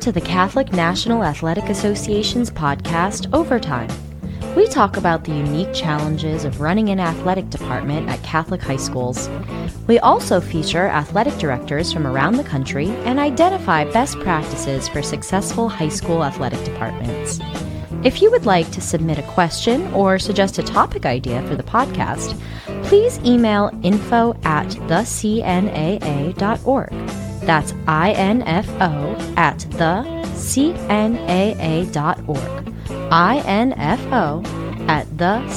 to the Catholic National Athletic Association's podcast, Overtime. We talk about the unique challenges of running an athletic department at Catholic high schools. We also feature athletic directors from around the country and identify best practices for successful high school athletic departments. If you would like to submit a question or suggest a topic idea for the podcast, please email info at thecnaa.org. That's info at thecnaa.org. info at thecnaa.org.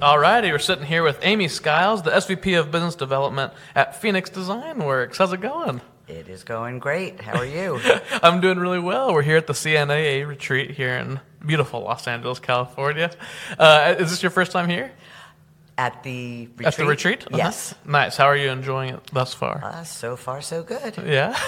All righty, we're sitting here with Amy Skiles, the SVP of Business Development at Phoenix Design Works. How's it going? It is going great. How are you? I'm doing really well. We're here at the CNAA retreat here in beautiful Los Angeles, California. Uh, is this your first time here At the retreat? at the retreat? Uh-huh. Yes. Nice. How are you enjoying it thus far? Uh, so far, so good. yeah.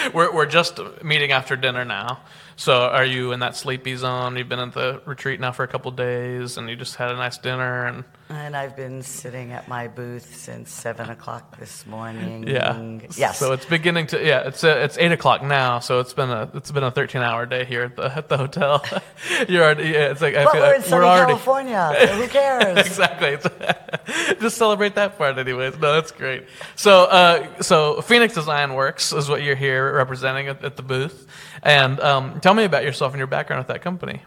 we're, we're just meeting after dinner now. So are you in that sleepy zone? You've been at the retreat now for a couple days and you just had a nice dinner and And I've been sitting at my booth since 7 o'clock this morning. yeah. Mm, Yes. So it's beginning to yeah, it's uh, it's 8 o'clock now, so it's been a it's been a 13-hour day here at the at the hotel. You're already yeah, it's like I but feel we're like in sunny already California, so who cares? exactly. It's- Just celebrate that part, anyways. No, that's great. So, uh, so Phoenix Design Works is what you're here representing at, at the booth, and um, tell me about yourself and your background with that company.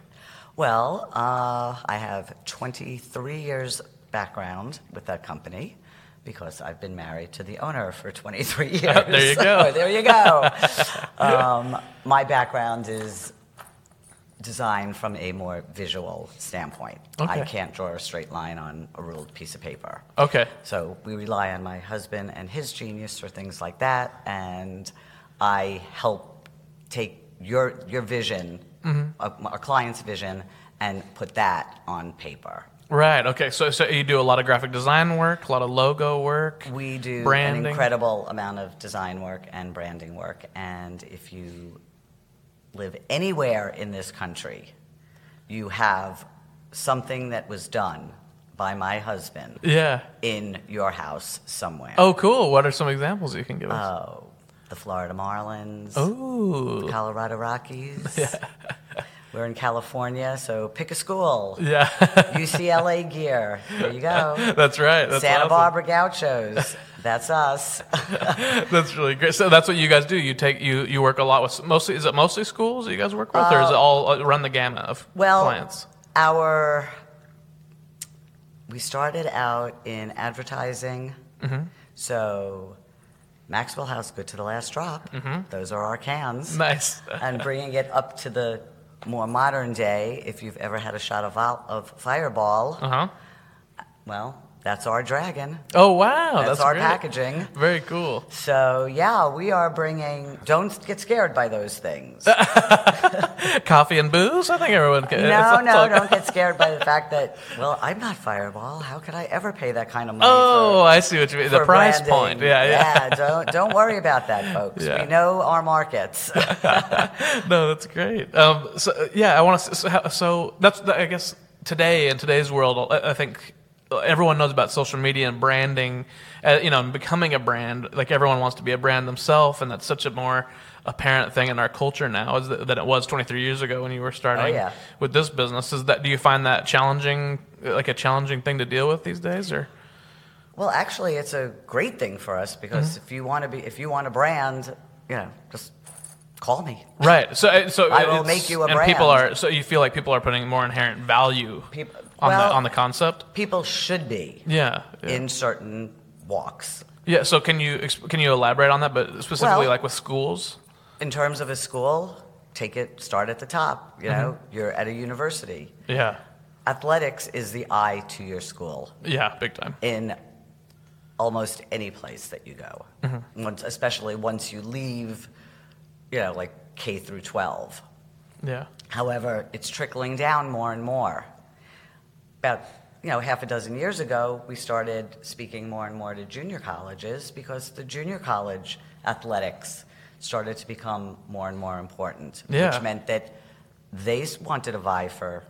Well, uh, I have 23 years background with that company because I've been married to the owner for 23 years. Oh, There you go. So there you go. um, my background is design from a more visual standpoint. I Okay. can't draw a straight line on a ruled piece of paper. Okay. So we rely on my husband and his genius for things like that, and I help take your your vision, Mm-hmm. our, our client's vision, and put that on paper. Right. Okay. So, so you do a lot of graphic design work, a lot of logo work. We do Branding. an incredible amount of design work and branding work, and if you live anywhere in this country, you have something that was done by my husband Yeah. in your house somewhere. Oh, cool. What are some examples you can give us? Oh, the Florida Marlins. Oh. Ooh. Colorado Rockies. We're in California, so pick a school. Yeah. UCLA gear. There you go. that's right. That's Santa awesome. Barbara Gauchos. That's us. That's really great. So that's what you guys do. You take you you work a lot with mostly is it mostly schools you guys work with, or is it all uh, run the gamut of Well, clients? our we started out in advertising, Mm-hmm. so Maxwell House, good to the last drop. Mm-hmm. Those are our cans. Nice. and bringing it up to the more modern day. If you've ever had a shot of, vol- of Fireball, Uh huh. well, that's our dragon. Oh wow, That's, that's, our great. packaging. Very cool. So yeah, we are bringing. Don't get scared by those things. Coffee and booze. I think everyone can. no, it's- it's all- no, don't get scared by the fact that. Well, I'm not Fireball. How could I ever pay that kind of money? Oh, for- I see what you mean. The for price branding? point. Yeah, yeah. Don't don't worry about that, folks. Yeah. We know our markets. no, that's great. Um, so uh, yeah, I want to. So, how- so that's the- I guess today in today's world, I, I think everyone knows about social media and branding. Uh, you know, and becoming a brand. Like everyone wants to be a brand themselves, and that's such a more apparent thing in our culture now is that, than it was 23 years ago when you were starting Oh, yeah. with this business. Is that do you find that challenging? Like a challenging thing to deal with these days, or Well, actually, it's a great thing for us because Mm-hmm. if you want to be, if you want a brand, you know, just call me. Right. So, uh, so I will it's- make you a and People brand. are so you feel like people are putting more inherent value People- on well- the on the concept. People should be Yeah. Yeah. in certain walks. Yeah, So can you exp- can you elaborate on that? But specifically, Well- like with schools. In terms of a school, take it, start at the top. You know, Mm-hmm. you're at a university. Yeah. Athletics is the eye to your school Yeah. Big time. in almost any place that you go, Mm-hmm. once, especially once you leave, you know, like K through 12. Yeah. However, it's trickling down more and more. About you know half a dozen years ago, we started speaking more and more to junior colleges because the junior college athletics started to become more and more important, Yeah. which meant that they s- wanted to vie for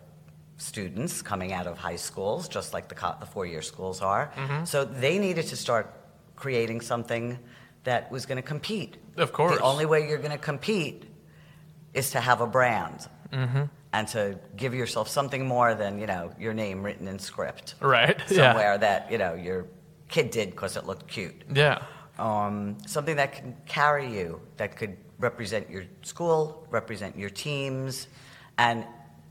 students Mm-hmm. coming out of high schools, just like the, co- the four-year schools are. So they needed to start creating something that was going to compete. Of course. The only way you're going to compete is to have a brand and to give yourself something more than, you know, your name written in script Right. somewhere that, you know, your kid did because it looked cute Yeah. um, something that can carry you, that could represent your school, represent your teams, and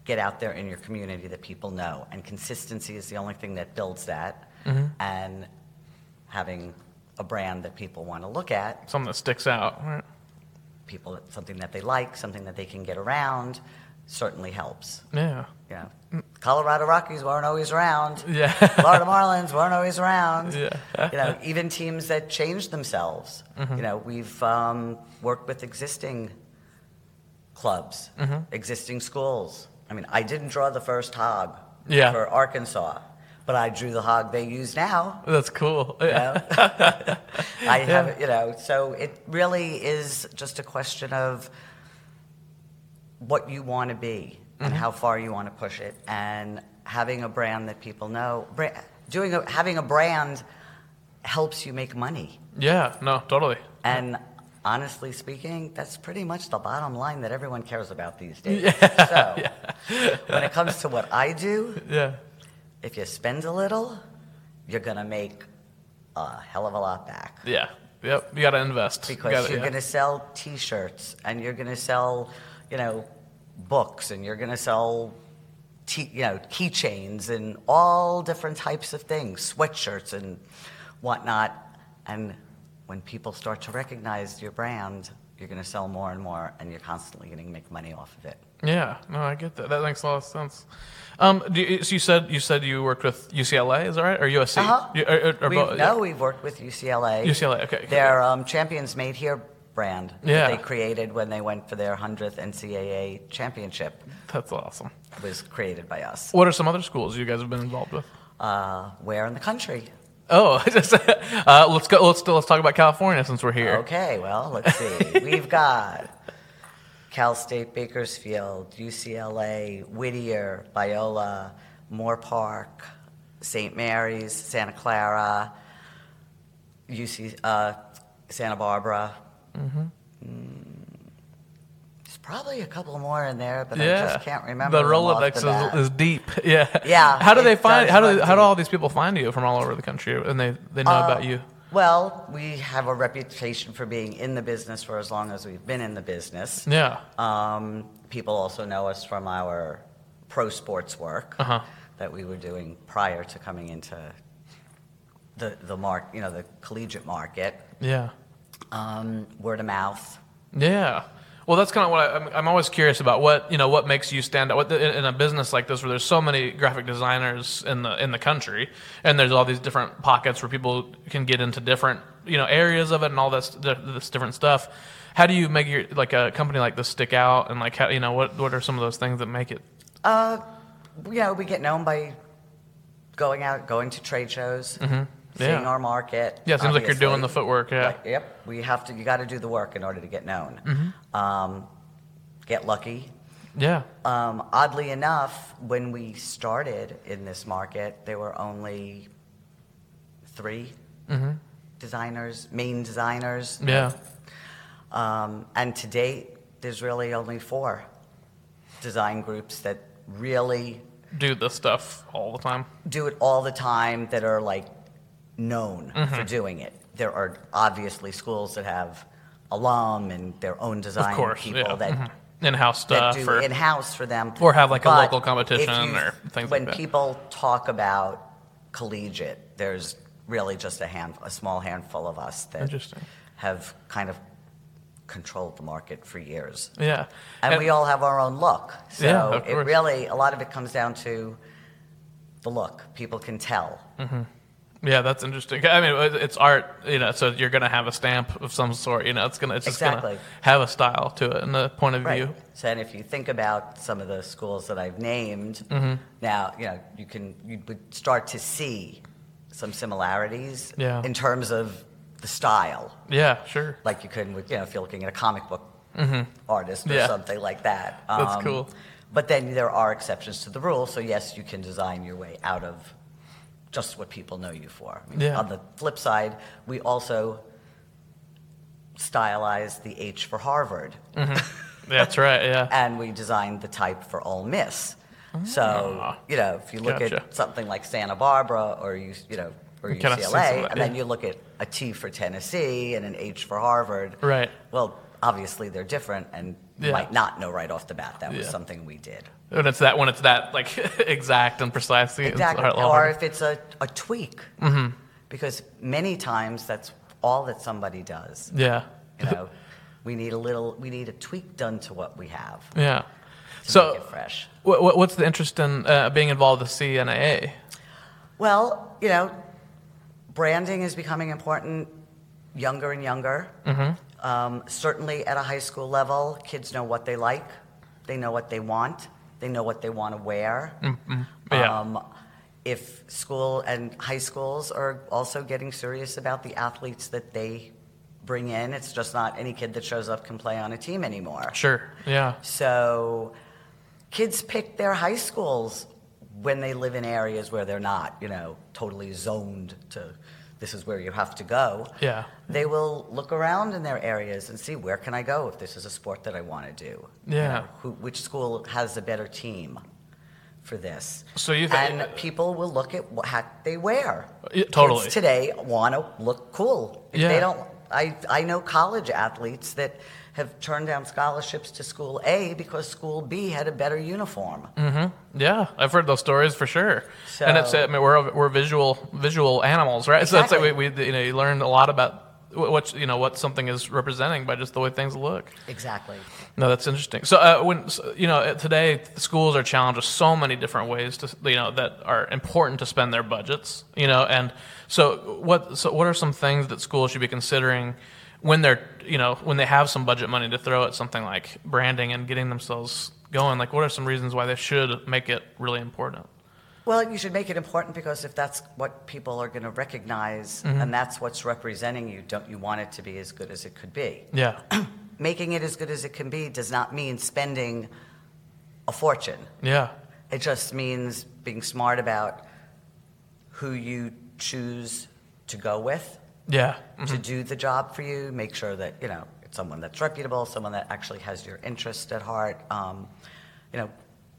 get out there in your community that people know. And consistency is the only thing that builds that. And having a brand that people want to look at, Something that sticks out. Right. people something that they like, something that they can get around, certainly helps. Yeah. You know, Colorado Rockies weren't always around. Yeah. Florida Marlins weren't always around. Yeah. you know, even teams that changed themselves. Mm-hmm. You know, we've um, worked with existing clubs, Mm-hmm. existing schools. I mean, I didn't draw the first hog Yeah. for Arkansas, but I drew the hog they use now. That's cool. Yeah. You know? I have, you know, so it really is just a question of what you want to be and how far you want to push it, and having a brand that people know. Bra- doing a, having a brand helps you make money, Yeah. No, totally. and honestly speaking, that's pretty much the bottom line that everyone cares about these days. So when it comes to what I do, Yeah. if you spend a little, you're gonna make a hell of a lot back. Yeah. Yep. You got to invest. You because gotta- you're yeah. going to sell T-shirts and you're going to sell, you know, books and you're going to sell, t- you know, keychains and all different types of things, sweatshirts and whatnot. And when people start to recognize your brand, you're going to sell more and more, and you're constantly going to make money off of it. Yeah, no, I get that. That makes a lot of sense. Um, do you, so you said you said you worked with UCLA, is that right, or USC? Uh-huh. You- or- or- or We've- both- no, we've worked with UCLA. UCLA, okay, okay. Their um, Champions Made Here brand Yeah. that they created when they went for their 100th NCAA championship That's awesome. was created by us. What are some other schools you guys have been involved with? Uh, where in the country? Oh, just, uh, let's go. Let's let's talk about California since we're here. Okay, well, let's see. We've got Cal State Bakersfield, UCLA, Whittier, Biola, Moore Park, St. Mary's, Santa Clara, UC, uh, Santa Barbara. Mm-hmm. Mm, There's probably a couple more in there, but Yeah, I just can't remember. The them off Rolodex the bat. is, is deep. Yeah. Yeah, How do it they find? does How do run how do deep. Uh, all these people find you from all over the country, and they they know about you? Well, we have a reputation for being in the business for as long as we've been in the business. Yeah. Um, people also know us from our pro sports work Uh-huh. that we were doing prior to coming into the the mark, you know, the collegiate market. Yeah. Um, word of mouth. Yeah. Well, that's kind of what I, I'm, I'm always curious about. What you know, what makes you stand out? What the, in- in a business like this, where there's so many graphic designers in the in the country, and there's all these different pockets where people can get into different you know areas of it and all this this different stuff. How do you make your like a company like this stick out? And like how you know what what are some of those things that make it? Uh, you know, we get known by going out, going to trade shows, seeing Mm-hmm. Yeah. our market. Yeah, it seems like you're doing the obviously. footwork. Yeah. Like, yep. We have to. You got to do the work in order to get known. Mm-hmm. Um, get lucky. yeah. Um, oddly enough, when we started in this market, there were only 3 designers, main designers. Mm-hmm. Yeah. Um, and to date, there's really only four design groups that really Do this stuff all the time. do it all the time that are like known Mm-hmm. for doing it. There are obviously schools that have alum and their own design Of course. people yeah. that In house that stuff. do or, in-house for them, or have, like, a But local competition if you- or things like when that. people talk about collegiate, there's really just a hand, a small handful of us that Interesting. have kind of controlled the market for years, yeah. and, we all have our own look. So Yeah, of it course. really, a lot of it comes down to the look. People can tell. Mm-hmm. Yeah, that's interesting. I mean, it- it's art, you know, so you're gonna have a stamp of some sort. You know, it's gonna it's just gonna Exactly. have a style to it and a point of Right. view. So, and if you think about some of the schools that I've named, Mm-hmm. now you know you can you would start to see some similarities Yeah. in terms of the style, Yeah, sure. Mm-hmm. like you could with you know if you're looking at a comic book artist or Yeah. something like that. um, That's cool. But then there are exceptions to the rule. So yes, you can design your way out of just what people know you for. I mean, Yeah. On the flip side, we also stylized the H for Harvard, Mm-hmm. That's right. Yeah. and we designed the type for Ole Miss. So you know, if you look Gotcha. at something like Santa Barbara or you you know or You kinda see UCLA, some of that, and then yeah. you look at a T for Tennessee and an H for Harvard. Right. Well, obviously they're different, and you Yeah. might not know right off the bat that was Yeah. something we did. When it's that when it's that like exact and precise. it's Exactly. hard- a lot Mm-hmm. Or harder. if it's a, a tweak. Because many times that's all that somebody does. yeah. You know, we need a little, we need a tweak done to what we have to Yeah. make So it fresh. What, what, what's the interest in uh, being involved with CNAA? Well, you know, branding is becoming important younger and younger. Um, certainly at a high school level, kids know what they like, they know what they want, they know what they want to wear. Yeah. Um, if school and high schools are also getting serious about the athletes that they bring in, it's just not any kid that shows up can play on a team anymore. sure. Yeah. So kids pick their high schools when they live in areas where they're not, you know, totally zoned to this is where you have to go. Yeah. They will look around in their areas and see where can I go if this is a sport that I want to do. You Yeah. know, who, which school has a better team for this? So Uh, you think- and people will look at what hat they wear. Yeah, totally. Kids today want to look cool. If Yeah. they don't I, I know college athletes that have turned down scholarships to school A because school B had a better uniform. Mm. Yeah, I've heard those stories for sure. and it's I So- mean we're we're visual visual animals, right? So it's like we, Exactly. we you know you learn a lot about wh- what you know what something is representing by just the way things look. Exactly. No, that's interesting. So uh, when so, you know uh, today schools are challenged with so many different ways to you know that are important to spend their budgets. You know, and so what so what are some things that schools should be considering when they're you know when they have some budget money to throw at something like branding and getting themselves going? Like, what are some reasons why they should make it really important? Well, you should make it important because if that's what people are going to recognize Mm-hmm. and that's what's representing you, don't you want it to be as good as it could be? Yeah, Making it as good as it can be does not mean spending a fortune. yeah, It just means being smart about who you choose to go with yeah, Mm. to do the job for you. Make sure that you know it's someone that's reputable, someone that actually has your interest at heart. Um, you know,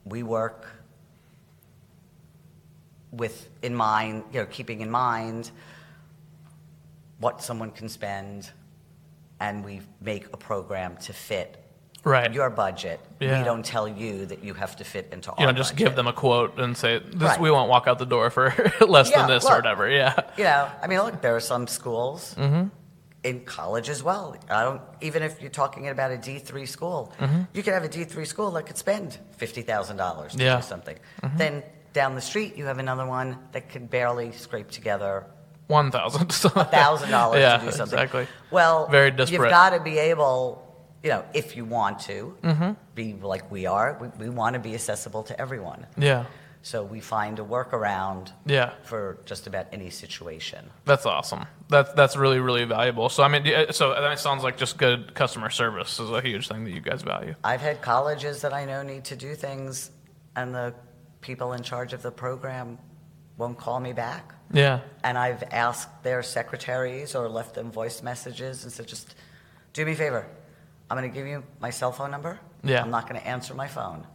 we work with in mind, you know, keeping in mind what someone can spend, and we make a program to fit right. your budget. Yeah. We don't tell you that you have to fit into our. you know, just budget. give them a quote and say, this, Right. "We won't walk out the door for less Yeah, than this or look. whatever." Yeah, you know, I mean, look, there are some schools Mm-hmm. in college as well. I don't even if you're talking about a D three school, Mm-hmm. you could have a D three school that could spend fifty thousand dollars to Yeah. Mm-hmm. do something. Then down the street, you have another one that can barely scrape together one thousand, thousand dollars Yeah, to do something. exactly. Well, Very You've disparate. got to be able, you know, if you want to Mm-hmm. be like we are, we, we want to be accessible to everyone. Yeah, So we find a workaround yeah. for just about any situation. That's awesome. That's that's really really valuable. So I mean, do- so I mean, it sounds like just good customer service is a huge thing that you guys value. I've had colleges that I know need to do things, and the people in charge of the program won't call me back. Yeah, And I've asked their secretaries or left them voice messages and said, just do me a favor. I'm going to give you my cell phone number. Yeah. I'm not going to answer my phone.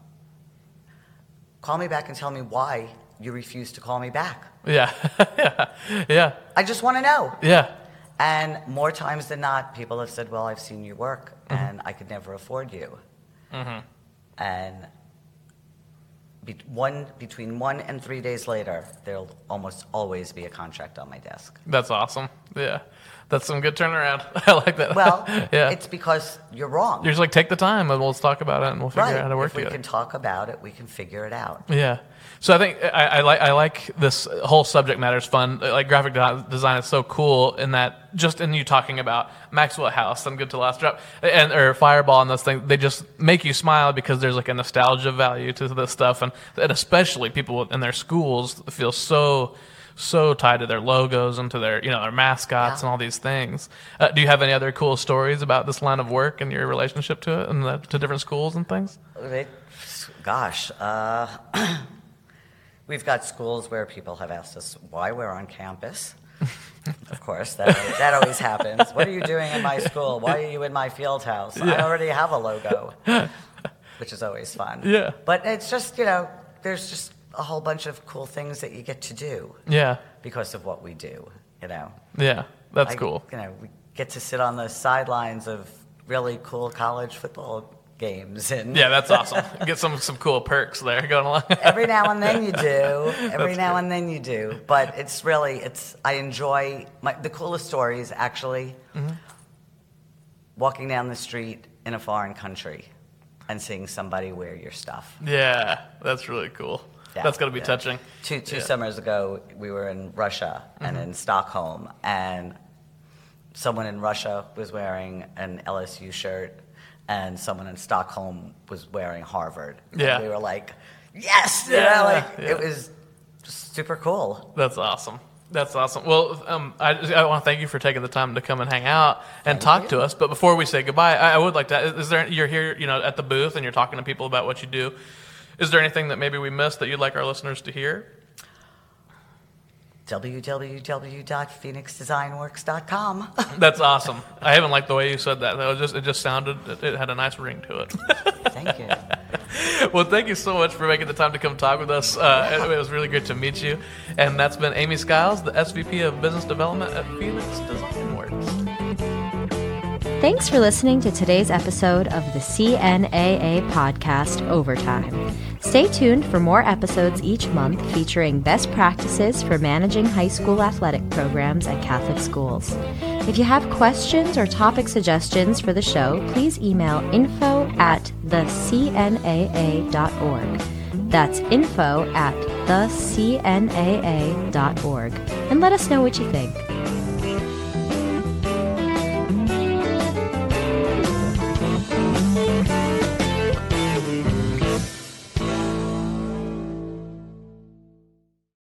Call me back and tell me why you refuse to call me back. yeah, yeah, yeah, I just want to know. yeah. And more times than not, people have said, Well, I've seen your work Mm-hmm. and I could never afford you. And be- one, between one and three days later, there'll almost always be a contract on my desk. That's awesome. Yeah, that's some good turnaround. I like that. Well, yeah. it's because you're wrong. You're just like take the time and we'll talk about it and we'll figure right. out how to work if we together. can talk about it, we can figure it out. Yeah. So I think I, I like I like this whole subject matter is fun. Like graphic de- design is so cool in that just in you talking about Maxwell House and Good to Last Drop and or Fireball and those things, they just make you smile because there's like a nostalgia value to this stuff, and and especially people in their schools feel so so tied to their logos and to their you know their mascots Yeah. and all these things. Uh, do you have any other cool stories about this line of work and your relationship to it and the, to different schools and things? It, gosh, uh, We've got schools where people have asked us why we're on campus. of course, that, that always happens. What are you doing in my school? Why are you in my field house? I already have a logo, which is always fun. Yeah. But it's just, you know, there's just a whole bunch of cool things that you get to do Yeah. because of what we do, you know. Yeah. That's I- cool. You know, we get to sit on the sidelines of really cool college football games and Yeah, that's awesome. Get some some cool perks there going along. every now and then you do every now and then you do but it's really it's i enjoy my, the coolest stories actually walking down the street in a foreign country and seeing somebody wear your stuff yeah, that's really cool. Yeah, that's gonna be yeah. touching. two, two Yeah. Mm-hmm. summers ago we were in russia and in stockholm and someone in russia was wearing an lsu shirt and someone in stockholm was wearing harvard And Yeah. we were like yes you Yeah, know, like yeah. it was just super cool That's awesome. That's awesome. Well, um, I, I want to thank you for taking the time to come and hang out and talk to us. But before we say goodbye, I, I would like to. Is there you're here, you know, at the booth and you're talking to people about what you do? Is there anything that maybe we missed that you'd like our listeners to hear? www.phoenixdesignworks.com. That's awesome. I even like the way you said that. That was just it just sounded it, it had a nice ring to it. Thank you. well, thank you so much for making the time to come talk with us. Uh, it, it was really good to meet you. And that's been Amy Skiles, the SVP of Business Development at Phoenix Design Works. Thanks for listening to today's episode of the CNAA podcast, Overtime. Stay tuned for more episodes each month featuring best practices for managing high school athletic programs at Catholic schools. If you have questions or topic suggestions for the show, please email info at thecnaa.org. That's info at thecnaa.org. And let us know what you think.